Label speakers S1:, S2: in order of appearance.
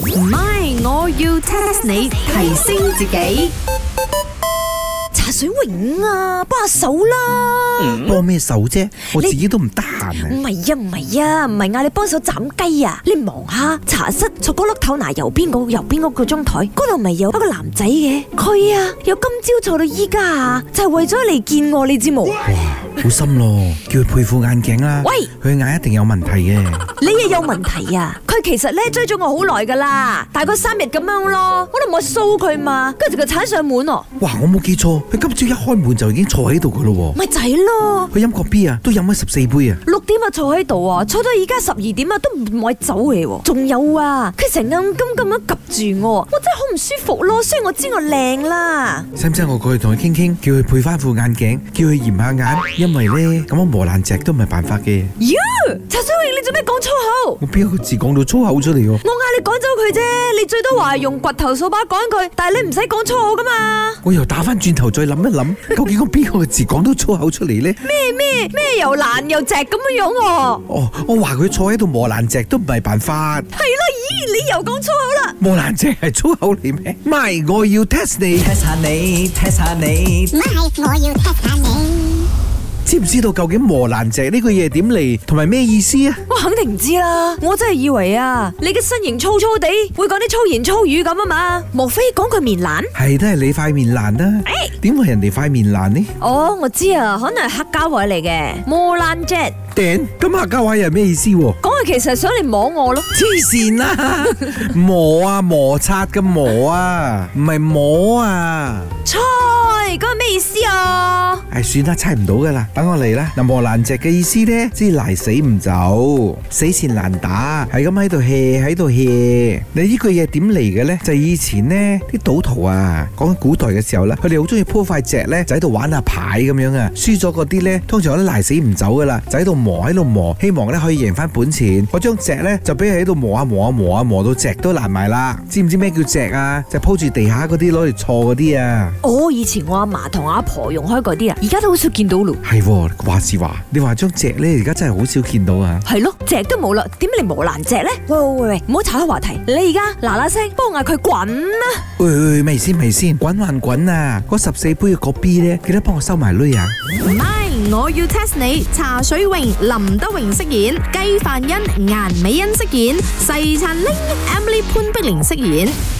S1: 唔係，我要 test 你提升自己。
S2: 茶水榮啊，幫下手啦！
S3: 幫咩手啫？我
S2: 你
S3: 自己都唔得閒
S2: 唔係啊，唔係啊，唔係嗌你幫手斬雞啊！你望下茶室坐角落頭嗱右邊嗰右邊嗰個張台，嗰度咪有一個男仔嘅，佢啊由今朝坐到依家啊，就係、為咗嚟見我，你知冇？
S3: 啊！哇，好心咯，叫佢配副眼鏡啦。
S2: 喂，
S3: 佢眼一定有問題 嘅。
S2: 你又有問題啊！佢其實咧追咗我好耐噶啦，大概三日咁樣咯，我都冇騷佢嘛，跟住佢踩上門哦，
S3: 哇，我冇記錯，佢今朝一開門就已經坐喺度噶咯
S2: 咪仔咯！
S3: 喎。佢飲個 B 啊，都飲咗十四杯啊。
S2: 六點啊坐喺度啊，坐到而家十二點啊都唔愛走嚟喎。仲有啊，佢成暗金咁樣及住我，我真係好唔舒服咯。雖然我知我靚啦，
S3: 使唔使我過去同佢傾傾，叫佢配翻副眼鏡，叫佢驗下眼，因為咧咁樣磨爛隻都唔係辦法嘅。
S2: 呀，茶水榮你做咩講粗口？
S3: 我邊一個字講到粗口出嚟喎？
S2: 我嗌你趕走佢啫，你最多話用掘頭掃把趕佢，但係你唔使講粗口噶嘛。
S3: 我又打翻轉頭再諗一諗，究竟我邊個字講到粗口出嚟呢？
S2: 咩咩咩又爛又直咁樣樣、喎，
S3: 哦，我話佢坐喺度磨爛隻都唔係辦法。
S2: 係咯，咦你又講粗口啦？
S3: 磨爛隻係粗口嚟咩？唔係，我要 test 你。
S4: test 下你，test 下你
S5: 咪，我要 test 下你。
S3: 知唔知道究竟磨爛隻呢個嘢點嚟，同埋咩意思啊？
S2: 我肯定唔知啦，我真係以為啊，你嘅身形粗粗地，會講啲粗言粗語咁啊嘛，莫非講佢面爛？
S3: 係都係你塊面爛啦，點會人哋塊面爛呢？
S2: 哦，我知啊，可能係黑膠位嚟嘅。摩蘭 jet
S3: 頂，咁客家話又係咩意思喎？
S2: 講佢其實想嚟摸我咯。
S3: 黐線啦，磨啊摩擦嘅磨啊，唔係摸啊。
S2: 菜，咁係咩意思啊？
S3: 唉，算啦，猜唔到噶啦，等我嚟啦。嗱，磨爛隻嘅意思呢，即係賴死唔走，死纏爛打，係咁喺度 hea 喺度 hea。你呢句嘢點嚟嘅呢？就係以前呢啲賭徒啊，講緊古代嘅時候呢，佢哋好中意鋪塊隻呢，就喺度玩下牌咁樣啊。輸咗嗰啲呢，通常都賴死唔走噶啦，就喺度磨喺度磨，希望呢可以贏翻本錢。嗰張隻呢，就俾佢喺度磨啊磨啊磨啊磨到隻都爛埋啦。知唔知咩叫隻啊？就鋪住地下嗰啲攞嚟錯嗰啲啊。
S2: 哦，以前我阿嫲同我阿婆用開嗰啲啊，而家都好少見到咯。
S3: 係喎，話是話，你話張隻咧，而家真係好少見到啊！
S2: 係咯，隻都冇啦，點解你磨爛隻呢？喂喂喂，唔好岔開話題。你而家嗱嗱聲幫我嗌佢滾啊啦！
S3: 喂喂，咪先咪先，滾還滾啊！嗰十四杯嘅個 B 咧，記得幫我收埋女啊！
S1: 唔係，我要 test 你。茶水榮、林德榮飾演，雞范欣、顏美欣飾演，細陳玲、Emily 潘碧玲飾演。